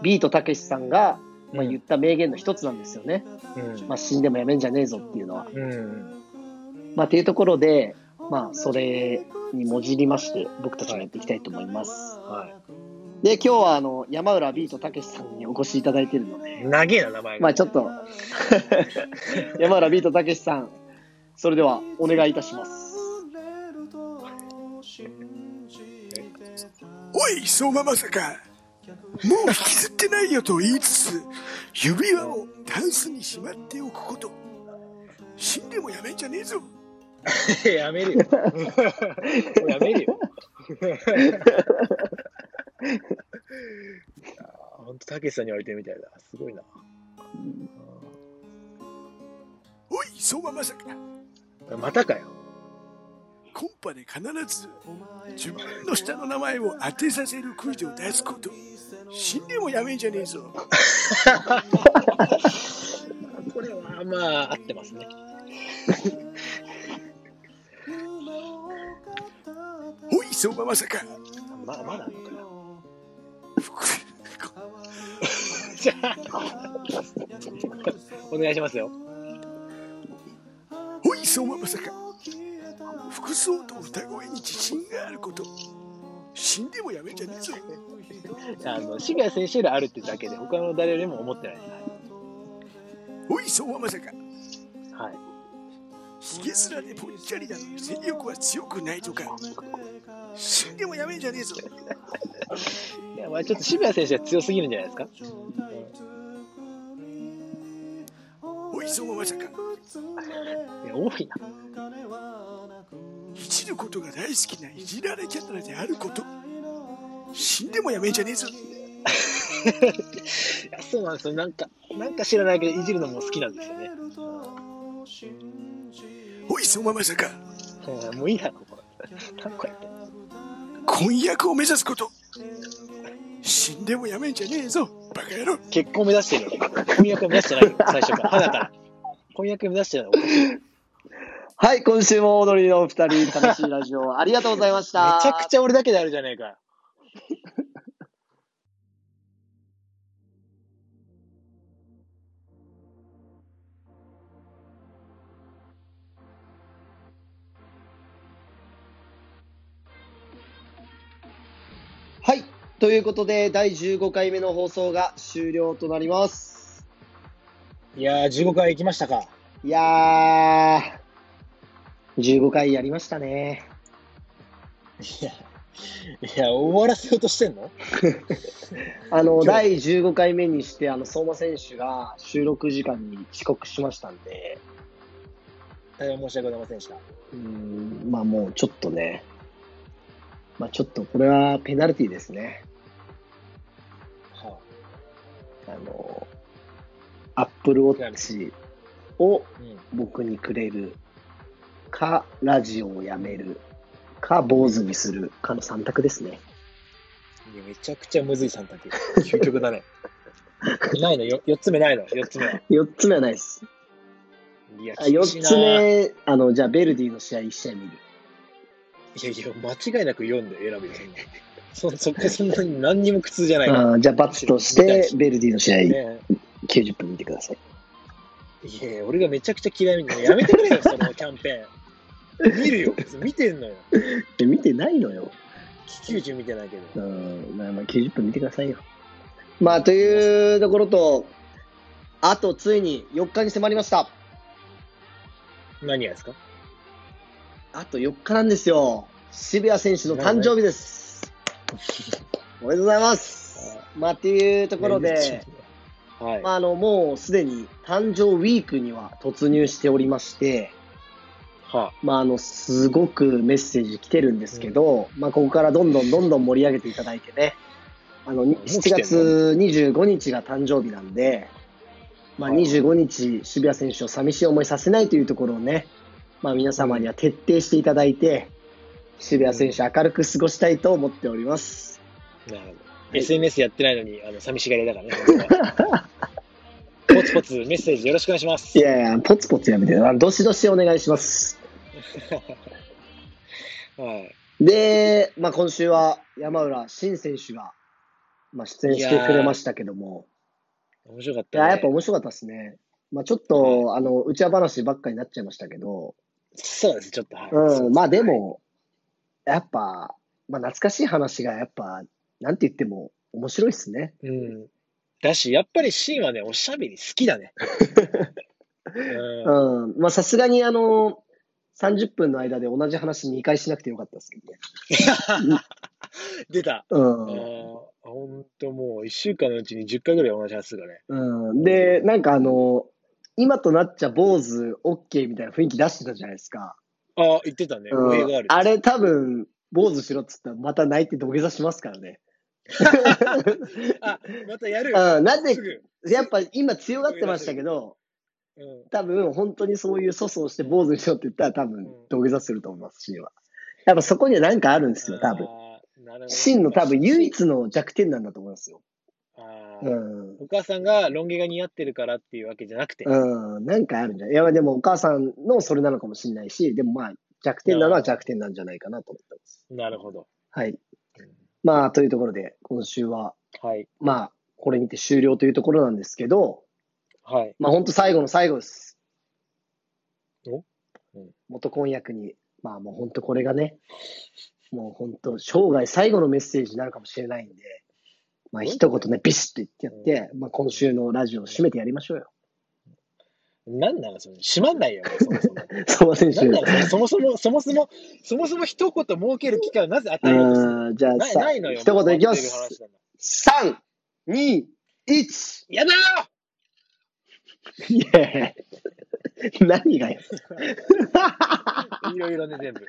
ビートたけしさんが、まあ、言った名言の一つなんですよね。
うん
まあ、死んでもやめんじゃねえぞっていうのは。
うん。
まあ、っていうところで、まあ、それにもじりまして、僕たちもやっていきたいと思います。
は
で、今日は、あの、山浦ビートたけしさんにお越しいただいてるので、
い。長えな、名前が。
まあ、ちょっと、 山浦ビートたけしさん、それでは、お願いいたします。
おい相馬まさかもう引きずってないよと言いつつ指輪をタンスにしまっておくこと死んでもやめんじゃねえぞ
やめるよ。もうやめる よ。本当たけしさんに言われてるみたいだ。すごいな。
おい相馬まさか
またかよ。
コンパで必ず自分の下の名前を当てさせるクイズを出すこと死んでもやめんじゃねえぞ
これはまあ合ってますね。
おい相馬まさか
まあまだあんのかな。
福
じゃあ お願いしますよ。
おい相馬まさか服装と歌声に自信があること死んでもやめんじゃねえぞ
あの渋谷選手よりあるってだけで他の誰よりも思ってない。
おい相馬まさか
はい。
ひげすらでぽっちゃりだのに戦力は強くないとか死んでもやめんじゃねえぞ
いやまあちょっと渋谷選手は強すぎるんじゃないですか。
おい相馬まさか
いや多いな。
いじることが大好きないじられキャラであること死んでもやめんじゃねえぞ
いやそうなんですよ。なんかなんか知らないけどいじるのも好きなんですよね。
おい相馬まさか
うんもういいだろこれ。何個やってんの。
婚約を目指すこと死んでもやめんじゃねえぞバカ野郎
結婚目指してるよ。婚約目指してないよ、最初から。花から。婚約目指してないのおかしいめち
はい、今週もオードリーのお二人、楽しいラジオ、ありがとうございま した。
ゃくちゃ俺だけであるじゃねえかよ。
はい。ということで、第15回目の放送が終了となります。
いやー、15回行きましたか。
いやー、15回やりましたね。
いや、いや、終わらせようとしてんの
あの、
日
第15回目にして、あの、相馬選手が収録時間に遅刻しましたんで、
大変申し訳ございませんでした。
うーん、まあもうちょっとね、まあちょっとこれはペナルティーですね。
は
あの、Apple Watch を
あ、うん。
僕にくれるか、ラジオをやめるか、坊主にするかの3択ですね。
いやめちゃくちゃむずい3択。究極だね。ないのよ、4つ目ないの、4つ目は。
4つ目はないです。
いや、
あ
厳
4
しいな
つ。目、あの、じゃあ、ベルディの試合1試合見る。
いやいや、間違いなく4で選ぶよ、そんな。そ、そこそんなに何にも苦痛じゃないから。
あーじゃあ、バツとし
見たい
て
し、
ベルディの試合
ね
90分見てください。
いやいや俺がめちゃくちゃ嫌いみたいな。やめてくれよ、そのキャンペーン。見るよ、見てんのよ。
で、見てないのよ。
気球中見てないけ
う
ど。
ん、まあ、まあ90分見てくださいよ。まあ、というところと、あと、ついに4日に迫りました。
何がですか
あと4日なんですよ。渋谷選手の誕生日です。おめでとうございます。まあ、っていうところで、、
はい。
まあ、あの、もうすでに誕生ウィークには突入しておりまして、
は
まあ、あの、すごくメッセージ来てるんですけど、まあ、ここからどんどんどんどん盛り上げていただいてね、あの、に
もう来て
7
んの
月25日が誕生日なんで、まあ、
はい
25日、渋谷選手を寂しい思いさせないというところをね、まあ、皆様には徹底していただいて、渋谷選手明るく過ごしたいと思っております。
なるほど。SNS やってないのに、あの、寂しがり屋だからね。 ポツポツメッセージよろしくお願いします
い。やいや、ポツポツやめてな。どしどしお願いします。
はい。
で、まあ、今週は山浦新選手が、まあ、出演してくれましたけども、
面白かっ
い
た、
や
ね。
やっぱ面白かったですね。まあ、ちょっと、あの、内輪話ばっかりになっちゃいましたけど、
そうです、ちょっと。はい
うん、まあで。も、やっぱ、まあ、懐かしい話がやっぱ、なんて言っても面白いっすね。
うん。だし、やっぱりシーンはね、おしゃべり好きだ ね。うん
うん、まあさすがにあの、30分の間で同じ話2回しなくてよかったですけどね。
出た。あ
う
ーほんともう、1週間のうちに10回ぐらい同じ話するからね。
ん。うん、で、なんかあの、今となっちゃ坊主 OK みたいな雰囲気出してたじゃないですか。
ああ、言ってたね。
う
語弊
ん
がある。
あれ多分、坊主しろっつったらまた泣いて土下座しますから ね。
あ、またやる。
うん、なぜ
す、ぐ。
やっぱ今強がってましたけど、
うん。
多分本当にそういう粗相して坊主にしろって言ったら多分
うん
土下座すると思います、シーンは。やっぱそこには何かあるんですよ、多分。
あー。なるほど
シーンの多分唯一の弱点なんだと思いますよ。
あー
う
お母さんがロン毛が似合ってるからっていうわけじゃなくて。
ん。うん。なんかあるんじゃないいや、でもお母さんのそれなのかもしれないし、でもまあ弱点なのは弱点なんじゃないかなと思ってます。
なるほど。
はい。まあ、というところで、今週は、
はい。
まあ、これにて終了というところなんですけど、
はい。
まあ本当最後の最後です。
おうん
元婚約に、まあもう本当これがね、もう本当生涯最後のメッセージになるかもしれないんで、まあ一言ね、ビシッと言ってやって、まあ今週のラジオを締めてやりましょうよ。
なんなのそれ。閉まん ないよ、そもそ
相馬選
も。
手
なん。なのそもそも、そもそも、そもそも一言設ける機会をなぜ与えようとするの
あーじゃあ
ない
さ
ないのよ。
一言いきま
もう終わって
す。
る話なんだ
3、2、1!
やだー
イェーイ何 がよ。
いろいろ ね、全部。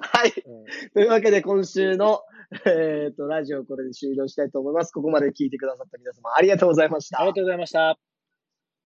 はい。
うんうん
というわけで今週の、えっとラジオこれで終了したいと思います。ここまで聞いてくださった皆様ありがとうございました。
ありがとうございました。